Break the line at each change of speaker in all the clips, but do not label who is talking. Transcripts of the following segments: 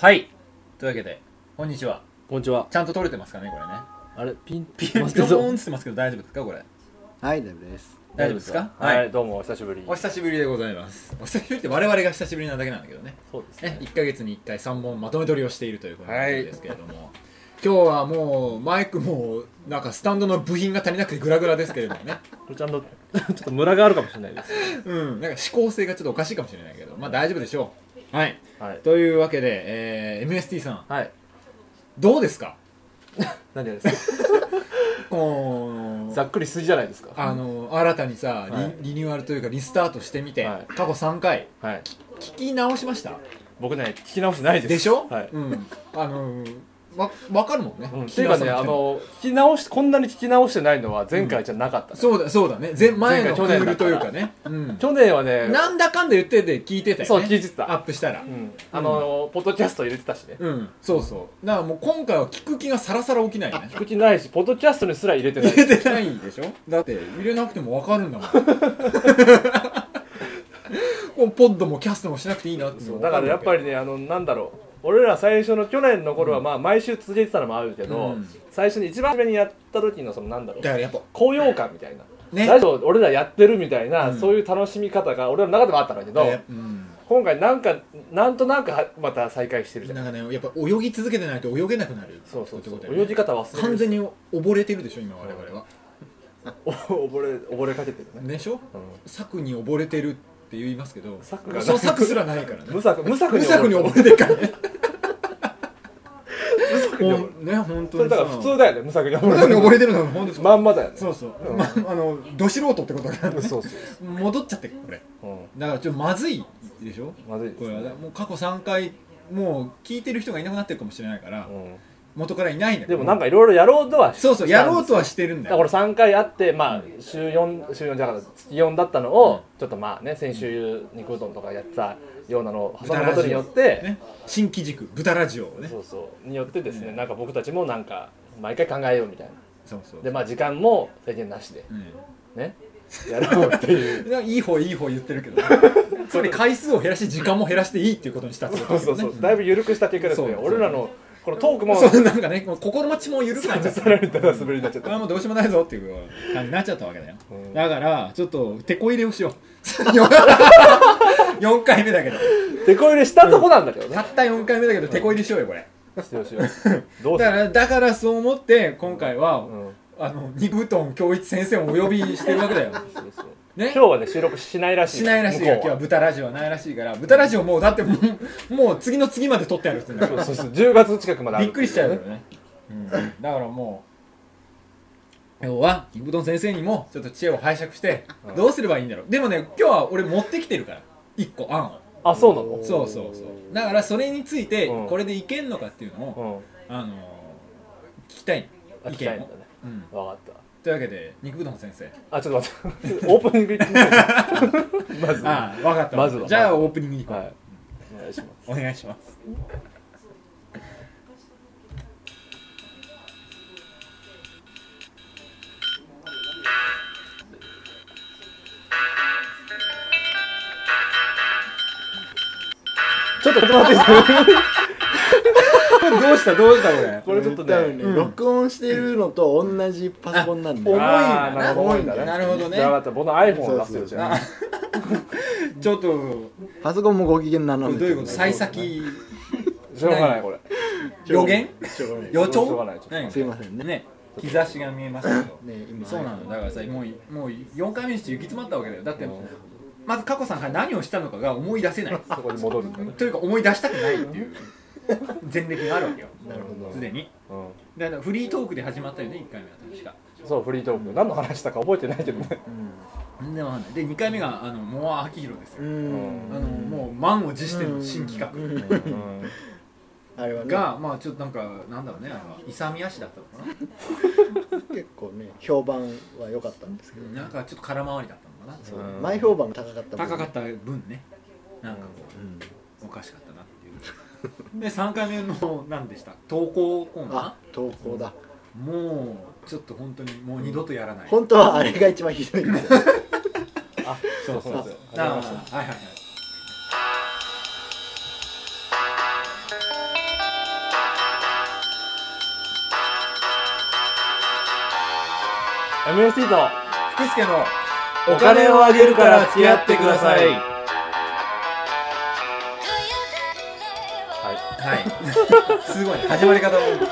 はいというわけでこんにちは
こんにちは。
ちゃんと撮れてますかねこ れね
あれ、ピン、
ピ
ン
ンポーンっつってますけど大丈夫ですかこれ
はい、大丈夫です。
大丈夫ですか
はい、
はい
どうも、お久しぶり。
お久しぶりでございますお久しぶりって我々が久しぶりなだけなんだけどね
そうです
ね
ね。
1か月に1回3本まとめ撮りをしているということ
はい
ですけれども、今日はもうマイクもなんかスタンドの部品が足りなくてグラグラですけれども ね
これちゃんと、ち ょっとムラがあるかもしれないです。
うんなんか指向性がちょっとおかしいかもしれないけどまあ大丈夫でしょうはい
はい。
というわけで、えー MST さん
はい。
どうですか
何がですか
この
ざっくり筋じゃないですか。
あの新たにさ、リ
はい
リニューアルというかリスタートしてみて、
はい
過去3回
はい。
聞き直しました
僕ね、聞き直してないです。
でしょ、
はい。
うんあのわ分かるもんね、
うん、
聞
っ
き
ていうか
直さ
ね、
なく
あ
ても
の、聞き直し、こんなに聞き直してないのは前回じゃなかったね、
そうだそうだね前前
前
の
回
ク
去年
ー
だ
ルというかね、うん、
去年はね、
なんだかんだ言ってて聞いてたよね
そう、聞いてた。
アップしたら
うん。あの、ポッドキャスト入れてたしね。
うんそうそうだからもう今回は聞く気がさらさら起きない よね
聞く気ないし、ポッドキャストにすら入れてない。
入れてないでしょだって入れなくても分かるんだ もんこうポッドもキャストもしなくていいなって
そうだからやっぱ
り
りねあのなんだろう俺ら最初の去年の頃はまあ毎週続けてたのもあるけど、
うん
最初に一番初めにやった時のそのなんだろう
だからやっぱ
高揚感みたいな、
ね
ラジオ俺らやってるみたいな、
うん
そういう楽しみ方が俺らの中でもあったんだけど、
やっぱうん
今回なんかなんとなくはまた再開してるじゃん
なんかねやっぱ泳ぎ続けてないと泳げなくなる
そうそうそう、
ってことだよ
泳
ね
ぎ方忘れる
完全に溺れてるでしょ今我々は
お溺れ溺れかけてるね、
でしょ
うん
策に溺れてるって言いますけど
策がない
その策すらないからね
無策無策
無
に
策に
溺れ
溺
て
れ
る
てるからね
無策に溺れてる
もうね本
そ
当
れ
に
だ
さ
から普通だよね無策に
無
溺れ
策
て
に
る
溺れてるのは本当に
まんまだよね
そうそう、まあのど素人ってことが
そうそう
戻っちゃってるこれ
う
だからちょっとまずいでしょ
ん、まずいで
こ
す
れはだから
ね
もう過去3回もう聞いてる人がいなくなってるかもしれないから、
うん
元からいないんだけ
で
ど
もなんかいろいろやろうとは
そうそうやろうとはしてるんだ
だ
よ
から俺3回あって、まあ、週4、週4だから月4だったのを、ちょっとまあね、先週、肉うどんとかやってたようなのを挟むことによって、
ね、新機軸豚ラジオをね
そうそう、によってですね、なんか僕たちもなんか、毎回考えようみたいな。
そうそう
で、まあ時間も制限なしで、
うん
ね、やろうって いう。
でいい方いい方言って るけどつまり回数を減らして時間も減らしていいっていうことにしたってこ
そ
と
う
です
そ
よ
う
ね
そう、だいぶ緩くした結果ですね、
そう
俺らの、このトークも、
そうなんかねもう心持ちも緩くなっちゃった
さらにただ滑りになっちゃっ
こ
た
れ。はもうどうしようもないぞっていう感じになっちゃったわけだよ、
うん
だからちょっと手こ入れをしよう 4回目だけど
で、これしたとこなんだけど
た
ね。
った4回目だけど手こ入れしようよこれ
してほしいよどうす
だか
る
らだからそう思って今回
う
は、
ん
あの二部トン教一先生をお呼びしてるわけだよ
そうそう今
ね
日はね、収録しないらしい。
しないらしいよ
向こ
今日
うは
は豚ラジオはないらしいから豚ラジオもうだってもうもう次の次まで撮ってあるって言うんだか
そうそうそう10月近くまで
ら
ある
びっくりしちゃうよね、うん、だからもう要は二部トン先生にもちょっと知恵を拝借して
うん
どうすればいいんだろうでもね今日は俺持ってきてるから1個案を
あそうなの
そうそうそうだからそれについて
うん
これでいけんのかっていうのを、
うん
あのー聞きたい
あ
意
聞きたい
見
んだ
を
ね、
うん、
分かった
というわけで肉ぶどん先生
あちょっと待って オープニング行ってみようまず は
ああ分かった
まずは
じゃあオープニングに
い
行こう、
お願いします
お願いします
ちょっと待 ってください
どうしたどうしたこれ
これちょっとね
多分
うん
録音してるのと同じパソコンなんだ
重いん
よ。
あ
だ
ー
な
なるほど重いんだね
なるほどね
じゃあ分かった僕の iPhone を出すよ
そうそう
じゃあ
ちょっと
パソコンもご機嫌な
ど
の
う
で。
いうこと幸先
しょうがないこれ
予言
しょうがない
予
しょうが
兆
ないちょっと
何
すいませんね。ね
ね兆しが見えますけど
今
そうなのだからさもうもう4回目にして行き詰まったわけだよだってまず佳子さんが何をしたのかが思い出せない
そこに戻るんだね
というか思い出したくないっていう前歴があるわけよ
なるほど
すでに
うん
だからフリートークで始まったよね1回目は確か
そうフリートーク何の話したか覚えてないけどね
全然わかんないで2回目があのモア・アキヒロですよ、
うん。
あのもう満を持しての新企画、
う
画
ん
あれはね
が、まあちょっとなんかなんだろうねあれは勇み足だったのか
結構ね評判は良かったんですけど
ななんかちょっと空回りだったのかな
そう
うん
前評判が高かったもんね。
高かった分ねなんかこ
うん。
うおかしかったなっ ていうで3回目の何でした投稿コー
あ
ナ
投稿だ。
ーもうちょっと本当にもう二度とやらない、
本当はあれが一番ひどいんですよ。
あそうそうそう
あ
あ
あはいはいはい
MST と
福助の
お金をあげるから付き合ってください
は
はい
すごい 始まり方もすごいグ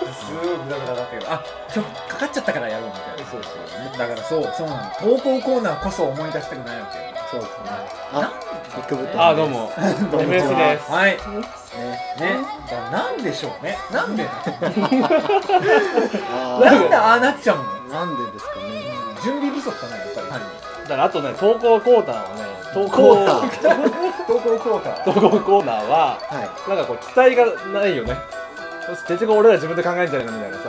ダグダだったけどあちょかかっちゃったからやろうみたいな
そうですよ
ねだからそうそうなの投稿コーナーこそ思い出したくないわけよ
そうですねあビッグブッ ド
あどうも
どうも
MS です
はい
ね
ねだからなんでしょうねなんで
あ
な
ー
んでああなっちゃうの
なんでですかね
準備不足かなやっぱり、
だからあとね投稿コーナーはね投
コ
稿
ーター
投稿コーナー
投稿コーナーは
はい
なんかこう期待がないよね結局俺ら自分で考えんじゃないのみたいな
あ
さ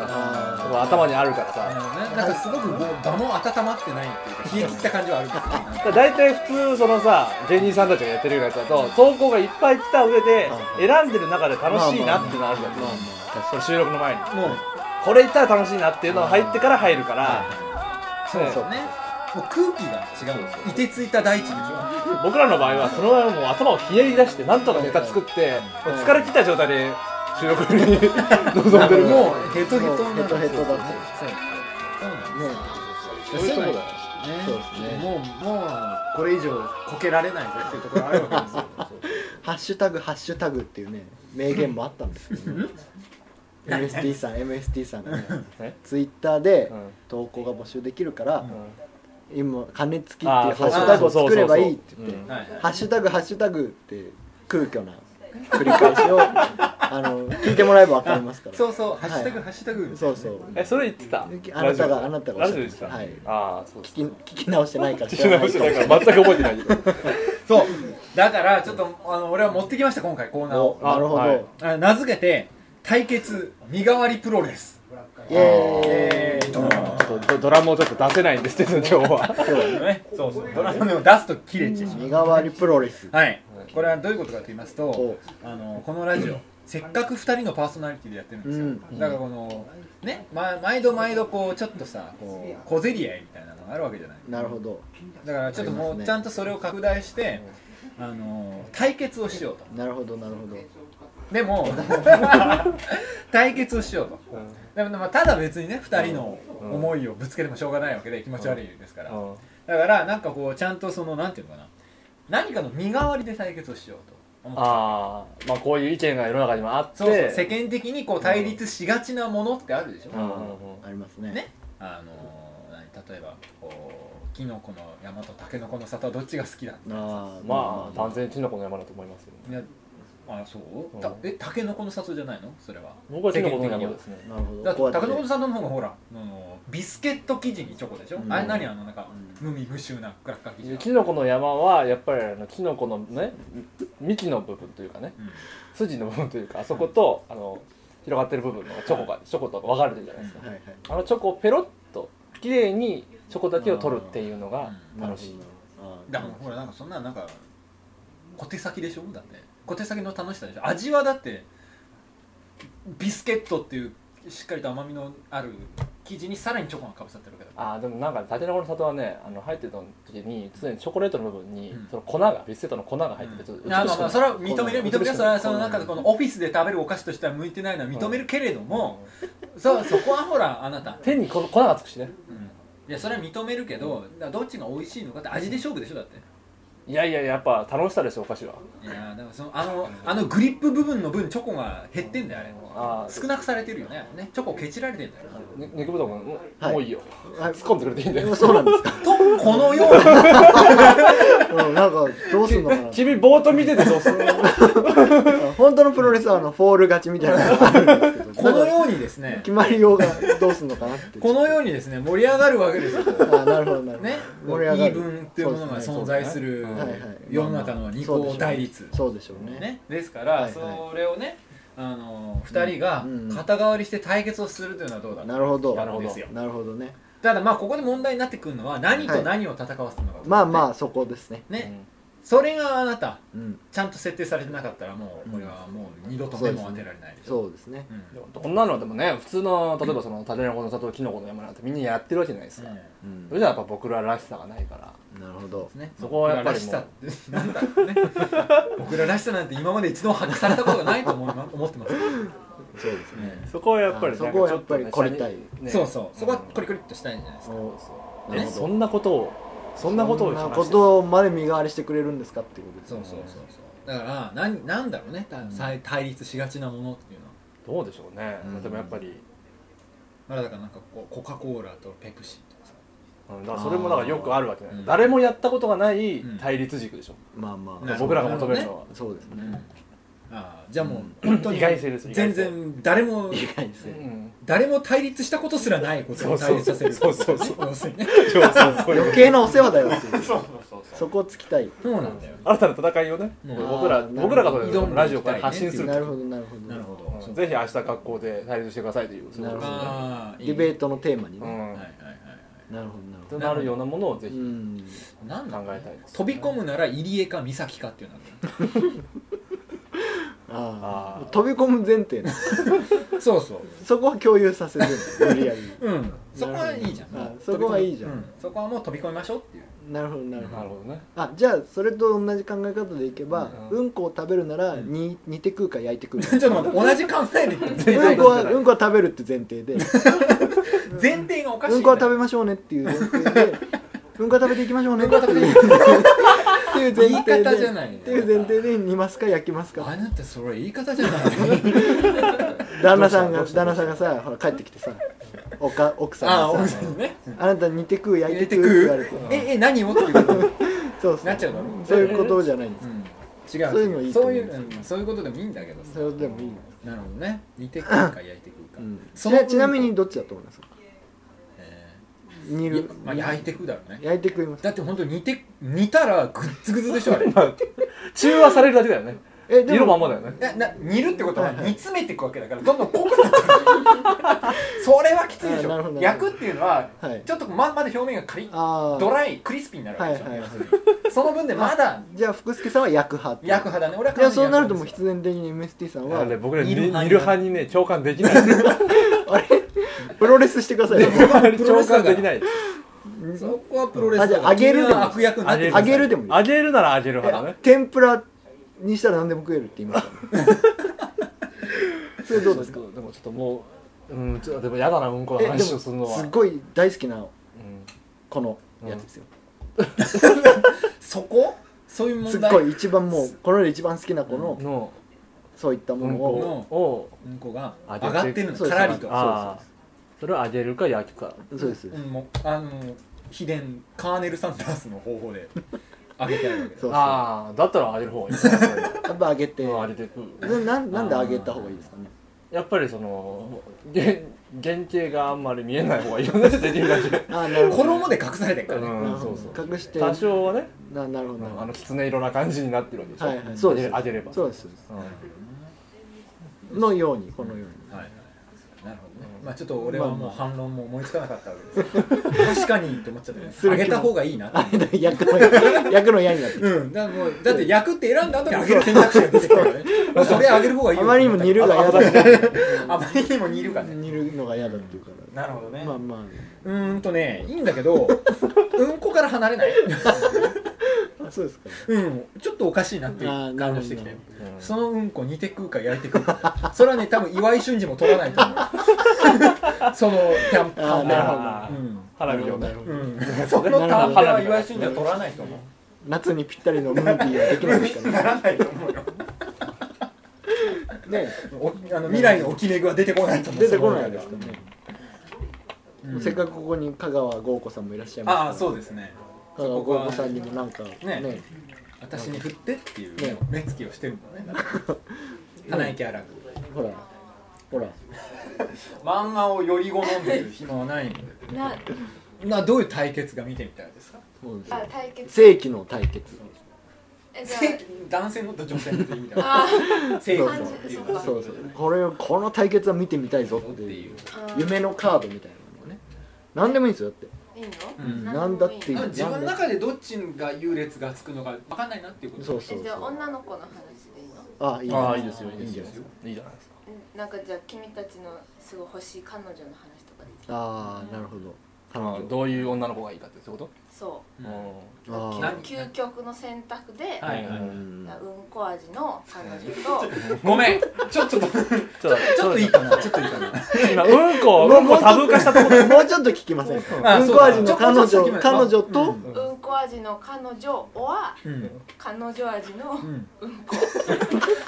ー
こう頭にあるから
あ
さ
のねなんかすごくこう場も温まってないっていうか冷え切った感じはあるけどね
だいたい普通そのさ芸人さんたちがやってるようなやつだと投稿がいっぱい来た上で
あ
選んでる中で楽しいなっていうのあるじゃん
まあまあ確か
その収録の前に
もう
これいったら楽しいなっていうのが入ってから入るから
そうそうねもう空気が違ういてついた大地でしょ
僕らの場合はそのままもう頭をひねり出してなんとかネタ作ってもう疲れ切った状態で収録に 臨んでるも
もうヘトヘトになる
もうヘトヘトだね
そうそうなん
にね
ですそういうとこだね
そうですね
もうもうこれ以上こけられないぞっていうところあるわけですよ
ハッシュタグハッシュタグっていうね名言もあったんですけどね MST さん MST さんがね
え
ツイッターで
うん
投稿が募集できるから
うん
今「金付き」っていう
あ
ハ
ー
ッシュタグを作ればいいって言っ
そうそうそうそううん
て
はい
「ハッシュタグハッシュタグ」って空虚な繰り返 しをあの聞いてもらえば分かりますから
そうそうハッシュタグ
は
ハッシュタグ
いそうそう
えそれ言ってた
あなた
ラジ
が
オ
あなたが
ラジオ
お
で言
っ
っ
して
た
ゃったはい
ああそうです
聞き聞き直してないから知
聞
ら
き
ない
直してないから全く覚えて ないけど
そうだからちょっとあの俺は持ってきました今回コーナー
お
を
なるほど、
はい
あ名付けて対決身代わりプロレス
イエーイ
ドーン
ちょっとドドラムをちょっと出せないんですけど今日は
ねそうそうドラムを出すと切れちゃう
身代わりプロレス
はい、これはどういうことかと言いますと
お、
あのこのラジオ、せっかく2人のパーソナリティでやってるんですよ、
うん
だからこの、ね、ま、毎度毎度こう、ちょっとさこう、小競り合いみたいなのがあるわけじゃない、
なるほど
だからちょっと
あ
も
ります
う、
ね
ちゃんとそれを拡大して、あの対決をしようと、
なるほどなるほど
で も、対決をしようと、
うん
でもまあただ別にね、2人の思いをぶつけてもしょうがないわけで、気持ち悪いですから、
うん
だから、なんかこう、ちゃんとその、なんていうのかな、何かの身代わりで対決をしようと思って。
ああまあこういう意見が世の中にもあって
そうそう世間的にこう対立しがちなものってあるでしょ、
うんうんうん
ありますね
ねあのー何例えばこうキノコの山とタケノコの里はどっちが好きだ
あー
まあ断然キノコの山だと思いますよ
いやあそう、
うん
たえタケノコの里じゃないのそれは
僕はキノコの
世間的に
山
は
ですね
なるほど
だって
こうや
タ
っ
ケノコの
て
里の方がほらあのビスケット生地にチョコでしょ、
うん
あれ何あのなんか
う
無味無臭なクラッカー生地が
キノコの山はやっぱりあのキノコのね幹の部分というかね
うん
筋の部分というかあそことあの広がってる部分のチョコがチョコと分かれてるじゃないですか
はいはい
あのチョコをペロッと綺麗にチョコだけを取るっていうのが
うん
楽しい
あー
だからほらなんかそんななんか小手先でしょだって小手先の楽しさでしょ味はだってビスケットっていうしっかりと甘みのある生地にさらにチョコがかぶさってるわけだか
あーでもなんかタケノコの里はねあの入ってた時に常にチョコレートの部分に
うん
その粉がビスケットの粉が入
ら、
っ
う
ててちょっと美し
ん
く
まあまあまあそ
れ
れは認めるよ
美しく
認めるよそれはそのなんかこのオフィスで食べるお菓子としては向いてないのは認めるけれども、そうそこはほらあなた、
手にこの粉がつくしね
うんいやそれは認めるけど、だからどっちが美味しいのかって味で勝負でしょだって
いやいややっぱ楽しさですよお菓子はい
やーだからそのあのあのグリップ部分の分チョコが減ってんだよあれ
あー
少なくされてるよねねチョコケチられてんだよ
ね肉ぶどうももう
はい
もういいよ
は
突
い
っ込んでくれていいんだ
でも
よ
そうなんですか
とこのような
うんなんかどうすんのかな
君ぼーっと見ててどうする
本当のプロレスはあのフォール勝ちみたいなのがあるんですけど
この
う
ようにですね
決まりようがどうすんのかなって
このようにですね盛り上がるわけですよ
あーなるほどなるほど
ね
盛り上がる
言い分っていうものが存在す
そう
る
です
はいはい
世の中の二項対立
そうでしょうね
ねですから
はい
そ
はい
れをねあの2人が
うんうん
肩代わりして対決をするというのはどうだ
なるほど
なるほど
ですよ
なるほどね
ただまあここで問題になってくるのは何と何を戦わせるのか
まあまあそこですね
ねそれがあなた
うん
ちゃんと設定されてなかったらもうこれはもう二度と目も当てられないでしょ
そうですね
うん
でもこんなのでもね普通の例えばそのタケノコの里キノコの山なんてみんなやってるわけじゃないですか、
う
うん
それじゃやっぱ僕ららしさがないから
なるほど
んね
そこはやっぱりもう
僕ららしさってなんだろうね僕ららしさなんて今まで一度も発揮されたことがないと思いま思ってます
そうですね
そこはやっぱり
あそこはやっぱり凝りたい
そうそうそこはコリコリっとしたいんじゃないですか
お
えそんなことをそんなことを
そんな
話
こ
して
とまで身代わりしてくれるんですかっていうことです
そ
よ
う
ね
そうそうそうだからなんなんだろうねた対対立しがちなものっていうのは、
どうでしょうね、
うん
でもやっぱり、
まあ、だからなんかこうコカ・コーラとペプシとかさ
うん、だからそれもだからよくあるわけじゃない、
うん
誰もやったことがない
うん
対立軸でしょ、
まあま
なるほ
あ
ど
僕らが求めるのは、
そうです ね
ああじゃあもう本当に
意外性です意
全
外性
然誰も
意外ですね
うん
誰も対立したことすらないことを対立させる
そうそうそう
要するにね
そうそうそう
余計なお世話だよっていう
そうそうそう
そこをつきたい
そうなんだよ
新たな戦いをね
うん
僕ら
あー
僕らが
なるほど
これラジオから発信する
なるほどなるほど
なるほど、
うん
そう
ぜひ明日学校で対立してくださいというそういうことですね
ああいい
ディベートのテーマに
う
ね
ん
はいはいはい
なるほどなる
と
ほ
なるようなものをぜ
どう
ひ
ん
はいなんだ
考
ろう
え
ね
たいです
飛び込むなら入江か美咲かっていうのがある
あ
ああ
ー
飛び込む前提ね
そうそう
そこは共有させる無理やり
うんそこはいいじゃん
な
も
るほど
う
あそこはいいじゃん
飛び込むうそこはもう飛び込みましょうっていう
なるほどなるほ
なる
ど
ほどね
あじゃあそれと同じ考え方でいけば
うん
うんこを食べるなら
うん
に煮て食うか焼いて食う
ちょ
か
っと待って同じ考えで言ってる
うんこは
全然
うんこは食べるって前提で
前提がおかしい
うんん
だよ
こは食べましょうねっていう前提でうんこは食べていきましょうねっていうっていう前提
言い
で
方じゃないね
っていう前提で煮ますか焼きます
あ
か
なた それ言い方じゃない
旦那さん
ど
が
うした
旦
どう
那
した
さんがさほら帰ってきてさおか奥さ
ああ
ん
お
が
店
さ
にね
あなた煮て食う焼い
入れ
て
て
食
く
うって言われ
る
て
ええ何をっていうこと
そうそ
なっ
う
ちゃうだろう
そういうことじゃないんで
う
す
ん
そういう
違
のいういと
そ
思
う
う
いううんそういうことでもいいんだけどさ
それでもいいの
なるほどね煮て食うか焼いて食うか
うん
そ
ち
の
な
分
ちなみにどっちだと思いますか
えー
煮る
まあ焼いて食うだろうね
焼いて食います
だって本当煮て煮たらグッズグズでしょあ れ
中和されるだけだよね
え
色まんまだよね
なな煮るってことは煮詰めていくわけだからどんどん濃くなってくるそれはきついでし
あなるほ
ょ
ど
焼くっていうのは
はい
ちょっとままだ表面がカリッ
ああ
ドライクリスピーになるわけでしょ、
はいはいはい
その分でまだ
じゃあ福助さんは焼く派っていう
焼く派だね俺は完
いや
全
そう
に
な
焼
る
く派
ともう
です
必然的に MST さんは
あれ僕ら
見
見
る
る
派に
派にね共感できない
プロレスしてくださいよ
共感できない
そこはプロレスだ
あじゃあ揚げるでも
君は悪役になってくださ
揚
い
げるでもいい
揚げるなら揚げる派だね
天ぷらにしたら何でも食えるって言いましたねそれどうですか
でもちょっともううんちょっとでも嫌だなうんこの
えでも
話をするのは
すっごい大好きな
うん
このやつですよ、
そこそういう
す
問
っ
題
ごい一番もうこの世で一番好きな子の、
の
そういったも
う
の
ん
を、
こを
うんこが
あ
上
じゃあ
がってるの
そう
か
です
らりと
ああそれを揚げるか焼くか
そうです、
うんもうあの秘伝カーネル・サンダースの方法 で上げてあるわけだ
そう
ああだったら揚げる方がいいなやっぱり
やっぱ揚げて、
うん
な
揚げてく
なんなんで揚げた方がいいですかね
やっぱりその原原型があんまり見えない方がいいよねできるだけ
あーなるほど
衣で隠されてるからね、
なる
うん
ほど
そうそう
隠して
多少はね
ななるほど、
あのきつね色な感じになってるわけでしょ
はいはいそうです
揚げれば
そうですそうで
うん
すのようにこのように
はいはいなるほどね、まあちょっと俺はもう反論も思いつかなかったわけですけど確かにって思っちゃったね
する
上
気も
げた方がいいなって
あ 焼くの焼くの嫌になってき
うん、だからもうだって焼くって選んだ後に揚げる選択肢が出てくるからねもうそれ揚げる方がいいよ
たあまりにも煮るが嫌だ
あまりにも煮るからね
煮るのが嫌だっていうから
なるほどね、
まあまあ
うーんとねいいんだけどうんこから離れない
あそうですか
うんちょっとおかしいなってい
あ
う
ー
感動してきて
なる
うん
そのうんこ煮て食うか焼いて食うかそれはね多分岩井俊二も取らないと思う そのキャンプ
あーなるほど
あ
う
ー
ん
花火をね
なるほど
うん、 そのカンペは岩井俊二は取らないと思う
夏にぴったりのムービーはできないですから
ならないと思うよ
ねね
お あの未来の置きめぐは出てこないと思う
出てこないですからね
うん
せっかくここに香川豪子さんもいらっしゃいます
ああそう
で
ですね
香川豪子さんにもなんかね
ね私に振ってっていう
ね
目つきをしてるのねなん か鼻息荒く
ほらほら
漫画をより好んでる暇はないので
な
などういう対決が見てみたいですか
そうです
あ
よ
対決
世紀の対決
えじゃ
正規男性のと女性のと意味だ
あ
正規のっていうのは
そうそうこれこの対決は見てみたいぞっていう
ああー
夢のカードみたいなのね何でもいいんですよだって
いいの、
うん
何でもいい
なんだっていい
自分の中でどっちが優劣がつくのか分かんないなっていうこと
そう
そ
そう
えじゃあ
そう
女の子の話でいいの
あいいね
ああいいですよいいですよ
いいですよ
いいじゃないですか
うんなんかじゃあ君たちのすごい欲しい彼女の話とかで
ああなるほど彼
う
女
んどういう女の子がいいかってそういうこ
そ
うん
と、うん
う
あー
何
究極の選択で、
は
はいい
は
はいい
うん
うんこ味の彼女と
ごめんちょっとちょっ
ちょっと
といいかなちょっといいかな
今うんこうんこタブー化したところ
もうちょっと聞きません
あ
かうん
そう
こ
だ
味の彼
ちょっと先ま
女
で
彼女と
うん
うんこ味の彼女は
うん
彼女味の
うん
うんこ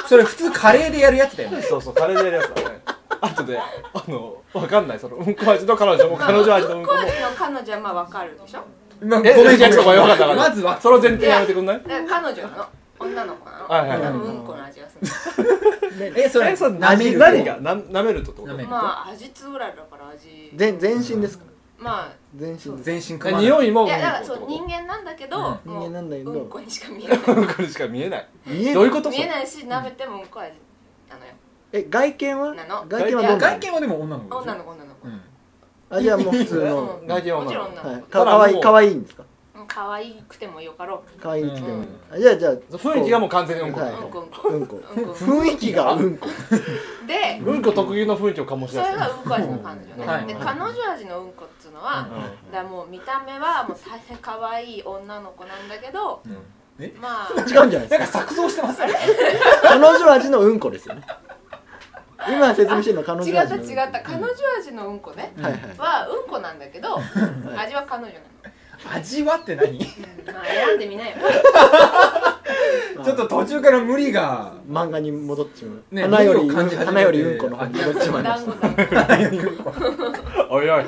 それ普通カレーでやるやつだよね
そうそうカレーでやるやつだねあとであのわかんないそのうんこ味の彼女も彼女味のうんこ
コ
も
アジの彼女はまあわかるでしょ
まあ
え
ごめん
じゃあごめんわかったわかった
まずは
その前提やめてくんない
だから彼女なの女の子なの、
はいはい
多
はい
分うんこの味がする
えそれ
えそう
舐める
何がな舐めるとってこ
舐
と
める
まあ味つぶらだから味
全全身ですか
ま
全身です
全身か
え
まない
匂いも
あ
うんこっ
いや
て
だから
こ
そう人間なんだけど、
う
人間なんだけど
もううんこにしか見えない
とうんこにしか見えない
見え
どういう
る
ことそ
見え
れ
ないし舐めてもうんこ味なのよ
え外見は
なの
外見はどんな
外見はでも女の子でしょ
女の子女の子、
うん
あじゃあもう普通の
うん
外見は女の子
もちろん
は
女の
い
子
かかわいいかわいいんですか
うん可愛くてもよかろ
かわいいっても
うん
あじゃあじゃあ
雰囲気がもう完全にうんこ
う
は
う
い
んこうんこ
うんこ
うんこ
雰囲気がうんこ
で
うんこ特有の雰囲気を醸し
そ
出
れ
してる
がうんこ味の彼女ね、
はい
で彼女味のうんこっつうのは、だからもう見た目はもう大変可愛い女の子なんだけど
うんえ
まあ
違うんじゃない
なん
で
か
すか
錯綜してます
彼女味のうんこですよね今説明してるのは彼
違
女
った
味の
違った彼女味のうんこね、
はいはい
はうんこなんだけど、
はい
味は彼女なの、
味わって何ち
うんまあ選んでみなよ
ょっと途中から無理 が
漫画に戻っちまう、
ね
花より
無理を感じ始めて
花よりうんこの方に戻っちまいま
団
し
子
た、
団子
おいおい
うん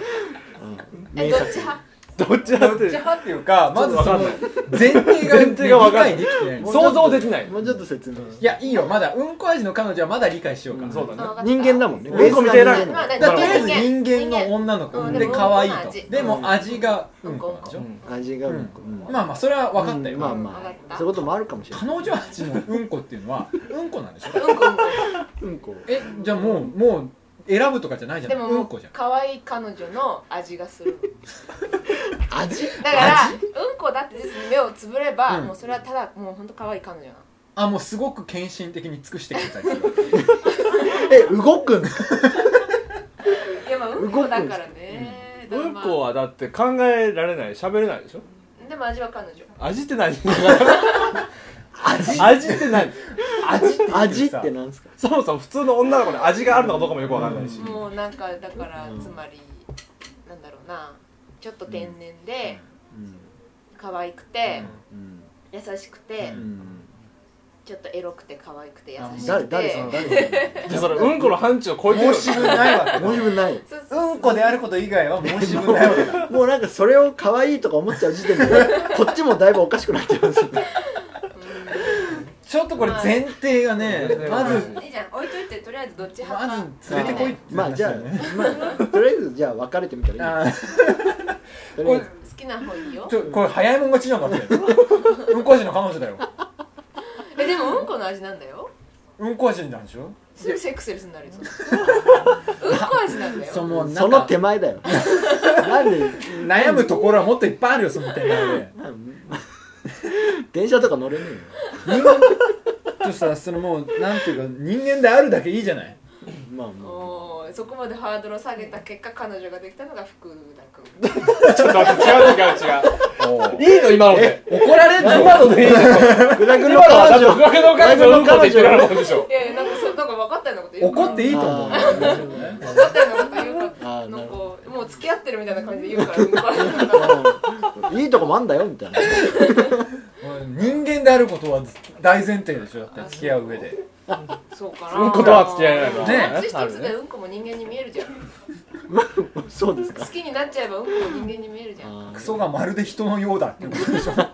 え
名
どっち
作
派
どっちだって
派っていうかまずその
ちょ
前提が
前提が分かんない
理解できてない
もう
い
ちょっと
想像できない
もうちょっと説明して
やいいよまだうんこ味の彼女はまだ理解しようか
うんそうだね
あ
人間だもんね
うんこみたいな
ベースが人間
まあだ
だから
な
と
る
り
ほ
あえ
ど
ず
人
人
間
間の女の
う
子
ん
で可愛い
でも
とで
うんこの味
も味がうんこなんでし
う
ょ
ん
味がうんこ、
うんまあまあそれは分かったよ
まあ
わか
ま
っ
あ
た
そういうこともあるかもしれない
彼女味のうんこっていうのはうんこなんでしょ
うんこうんこ
うんこ
えじゃあもうもう選ぶとかじゃないじゃん
でも
う
も
ん
う
こじゃん
可愛い彼女の味が する
味
だからうんこだって別に目をつぶれば、
うん
もうそれはただもう本当可愛い彼女なの
あもうすごく献身的に尽くしてくれたりする
え動くんですか
いやまあうんこだからね、だから
うん
まあ
こはだって考えられない喋れないでしょ
でも味は彼女
味って何
味
味って何
味ってさ
味ってなんですか
そもそも普通の女の子に味があるのかどうかもよくわからないし、
もうなんかだから
うん
つまりなんだろうなちょっと天然で
うん
可愛くて
うん
優しくて
うん
ちょっとエロくて可愛くて優し
誰
く
誰さ
て
ん誰
じゃあそれうんこの範疇を超えてるよ
申し分ないわ
さ
け
ん申し分ない
そう
だ
そう
うんこであること以外は申し分ないわけだ
もうなんかそれを可愛いとか思っちゃう時点でこっちもだいぶおかしくなっちゃいますよね
ちょっとこれ前提がねまず
うんいいじゃん置いといてとりあえずどっち派か
まず連れてこいって
まあじゃあまあとりあえずじゃあ別れてみたらいい
あー
とりあえず
好きな方いいよ
ちょこれ早いもん勝ちじゃんだ ってうんこ味の彼女だよ
えでもうんこの味なんだよ
うんこ味なんでしょ
すぐセックスレスになるよそんなうんこ味なんだよ
その
その手前だよなんで
悩むところはもっといっぱいあるよその手前で
なん電車とか乗れねえよ
ちょっとさそのもうなんていうか人間であるだけいいじゃない
まあま
おーそこまでハードルを下げた結果彼女ができたのが福田君
ちょっと待って違う違う違ういいの今ので
怒られる
今のでいいの
あグラグ
今
ラ
のはだって
彼
おかげの彼女うんこって言ってるようなもんでしょ
いやいやなんかそうなんか分かったようなこと言うから
怒っていいと思うよ
分かったようなこと言うから
あー
な
なんる
か
ほ
もう付き合ってるみたいな感じで言うからうんこ味
どいいとこもあんだよみたいな
人間であることは大前提でしょだって付き合う上で
そうかな
うんことは付き合えないから
ね
一つ一つでうんこも人間に見えるじゃん好
そうですか
きになっちゃえばうんこも人間に見えるじゃん
あ
ク
ー
ソがまるで人のようだってことでしょ
そうだね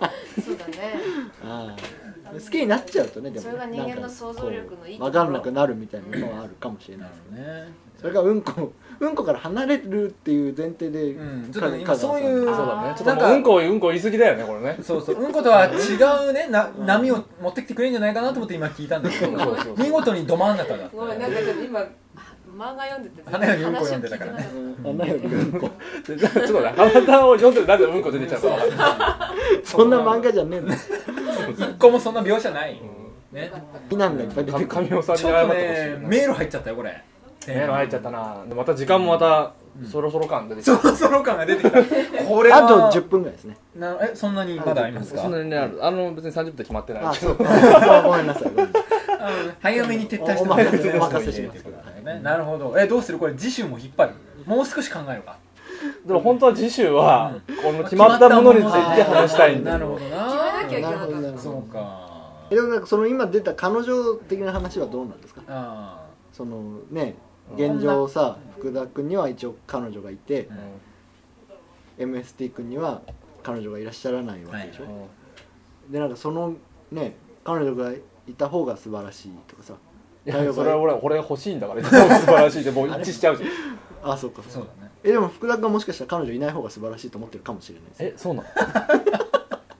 あー好きになっちゃうとねでもね
それが人間の想像力のいいとこ
分
ろ
かんなくなるみたいなのはあるかもしれないですね
ね
それがうんこうんこから離れるっていう前提で、
うんちょっ
か
とね今そうい
あ
う
ー
そうだねちょっ
な
と
ん
も
か
ううんこうんこ言い過ぎだよねこれね
そうそううんことは違うねな波を持ってきてくれるんじゃないかなと思って今聞いたんだけど
そうそうそう
見事にど真ん中だった
ごめんなんかちょっと今漫画読んでて
花よりうんこ読んでたからね
話を聞いてな
うん花よりうんこ
ちょっとね花田を読んでるなんでうんこ出てきちゃうのか分かんない
そんな漫画じゃねえんだ
一個もそんな描写ないね
かった
避難がいっぱい出てくる
神尾さんに
ちょ
謝
っ
っ
と
てほしいよ
ね
ね
迷路入っちゃったよこれ
ねえ入っちゃったなでまた時間もまた
うん
そろそろ感出てき
そ
た
ろそろ感が出てきた これは
あと10分ぐらいですね
なえそんなにまだありますか
そんなにねあるあの別に30分って決まってない
あ
け
そ
ど
うかごめんなさいごめんなさい
あの早めに撤退して
お任せお任せします
ねなるほどえどうするこれ次週も引っ張るもう少し考えるか
でも本当は次週は
うん
この決まったものについて話したいんだ
な
け
るほ
ど
どな
決めなきゃいけなかっ
なるほどなる
た
ほど
そうか
えでもなんかその今出た彼女的な話はどうなんですか
あ
そのね現状さ福田君には一応彼女がいて
う、ん
MST 君には彼女がいらっしゃらないわけでしょ、
は
でなんかそのね彼女がいた方が素晴らしいとかさ
いやそれは俺俺が欲しいんだから一番素晴らしいでもう一致しちゃうし
あそうか
あ
そ
そうう
か
だね
えでも福田君はもしかしたら彼女いない方が素晴らしいと思ってるかもしれないです
えそうなの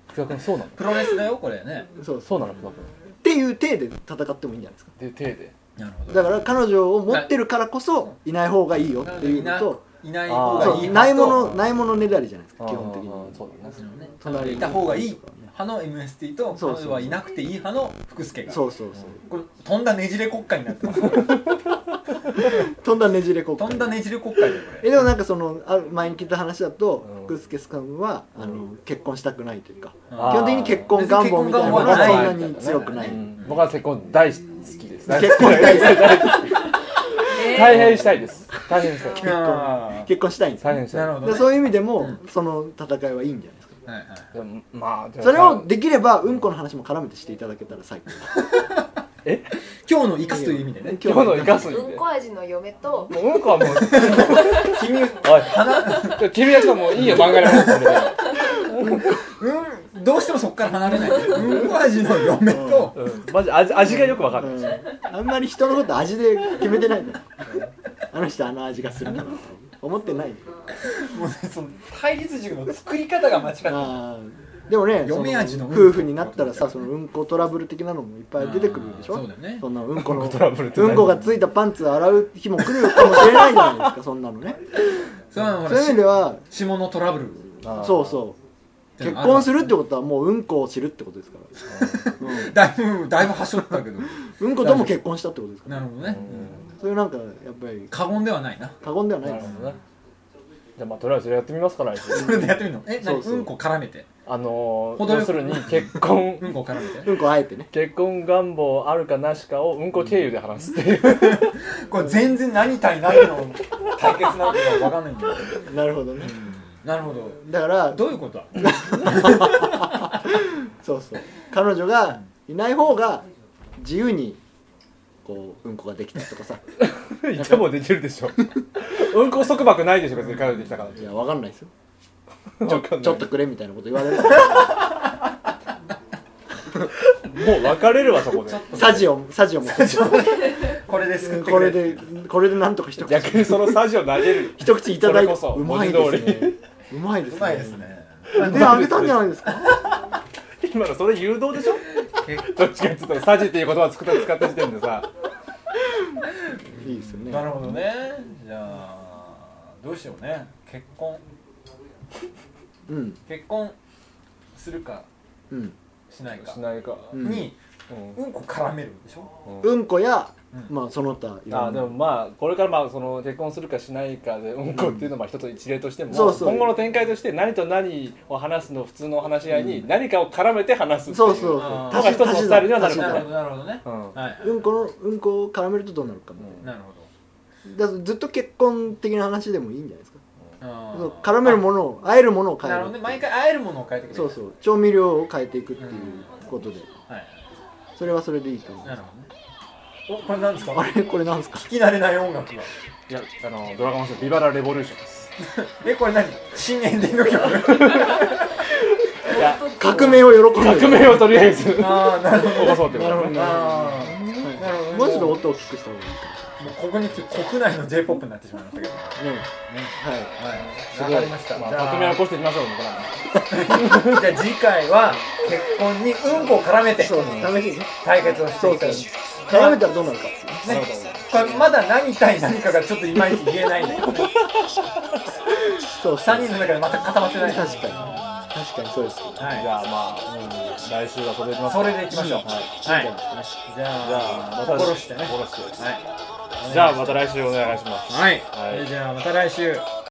福田君そうなの
プロレスだよこれね
そうそ
そううなの福田君
っていう体で戦ってもいいんじゃないですか
で手で
なるほど
だから彼女を持ってるからこそいない方がいいよっていうのと
いない方が
そ
いいう
ないも
の
のないものねだりじゃないですか基本的
あー
に
そうだね
隣にいた方がいい派の MST と彼女はいなくていい派の福助が
そうそうそう
これ飛んだねじれ国会にな ってます
飛んだねじれ国家
飛んだねじれ国会だよこ
え
れ
でもなんかそのある前に聞いた話だと、
うん
福助さんはあの、
うん
結婚したくないというか基
あー
本的に結婚願望みたいなのが
別に結婚願望は
そ
ない
んなに強くない、
うん僕は結婚大好きです
結婚したいです
大変したいです大変したい
婚
あ
結婚したいんです
大変
ー
したい
なるほど
で
ね
そういう意味でも、その戦いはいいんじゃないですか
はいはい
でもまあでも
それをできればうんこの話も絡めてしていただけたら最高
今日の生かすという意味でね
今日の生かすんで
うんこ味の嫁と
もううんこはもう君おい鼻君はちょっともういいよ漫画に戻ってくれ
うんどうしてもそこから離れないうんこ味の嫁と
うんマジ味味がよくわかる
うんあんまり人のこと味で決めてないんだよあの人あの味がするかなと思ってない
もうねその対立軸の作り方が間違ってる
あーでもね
嫁味の
そ夫婦になったらさそのうんこトラブル的なのもいっぱい出てくるでしょ
あーそうだよね
そんなうんこの
トラブルって何
うんこがついたパンツ洗う日も来るかもしれないじゃないですかそんなのね
それはほ
そういう意味
ら
では
下のトラブル
そう
う
そう結婚するってことはもううんこを知るってことですから、うん
だいぶだいぶはしょったけど
うんことも結婚したってことですから
なるほどね
そういうなんかやっぱり
過言ではないな
過言ではな
ないる
です
ほどねじゃあまあとりあえずそれやってみますから来週
それでやってみるのえ何
そうそう
うんこ絡めて
あのー
程よく
要するに結婚
うんこ絡めて
うんこあえてね
結婚願望あるかなしかをうんこ経由で話すっていう
これ全然何対何の対決なのか分かんないんだけど
なるほどね
なるほど
だから
どういうことだ
そうそう彼女がいない方が自由にこううんこができたとかさ
いてもできるでしょうんこ束縛ないでしょ別に彼女できたから
いやわかんないですよ
わかんない
ちょっとくれみたいなこと言われる
もう別れるわそこで
サジをサジを持ってきて
これで救って
こ
くれ
れ
る
でこれでなんとか一口
逆にそのサジを投げる
一口いただいて
それこそう
まいです
文字通
ねうまいです
う
ね
まいですね
手あげたんじゃないですか
今のそれ誘導でしょどっちかっていうとサジっていう言葉を使った使った時点でさ
いいですよね
なるほどねじゃあどうしようね結婚
うん
結婚するか
うん
しないか
しないか
うん
に
うん
うんこ絡めるでしょ
うん
うんこや、
うん
まあその他いろんな
あでもまあこれからまあその結婚するかしないかでうんこっていうのはまあ一つ一例としても、
そうそう
今後の展開として何と何を話すの普通の話し合いに何かを絡めて話すってい
そうそうそう
あー
足し
まあ一つのスタイルにはなる
足し
か
な
ら
る
算
ほどなるほどね
うん
はいはい
うんこのうんこを絡めるとどうなるかも、
なるほど
だからずっと結婚的な話でもいいんじゃないですか
あー
そう絡めるものを会えるものを変え
な
る
るほどね毎回会えるものを変えてくれる
そうそう調味料を変えていくっていうことで
はい
それはそれでいいと思
な
う
るほどねおこれなんですか
あれこれなんですか
聞き慣れない音楽
い
が
やあのドラゴンズのビバラレボリューションです
えこれ何新エンディング曲
いや
革命を喜ぶ
革命をとりあえず起こ
ああなるほど
そうってこ
なる
と
ほ
ね
ど
あ
ねはい
なるほどね
もうちょっと音を大きくした方がいい
あもうここに来て国内の J−POP になってしまいましたけどね
かもねはい
はい
すご
わ
い
かりましたじ
まあ、
ゃ
革命を起こしていきましょう僕らも
あじゃあ次回は結婚にうんこを絡めて
そうね試しにね
対決をしていきたい
絡めたらどうなるかっていうね
ねこれまだ何対何かがちょっといまいち言えないん だけど
そう
3人の中でまた固まってない
確かに確かにそうですけど
はい
じゃあまあ、うん来週はそれでいきますか
それでいきましょう
はい、
はい
いいんじゃないですかね
じゃ
じゃあまた
あ心してね
心して
はい
じゃあまた来週お願いします
はい、
はい
じゃあまた来週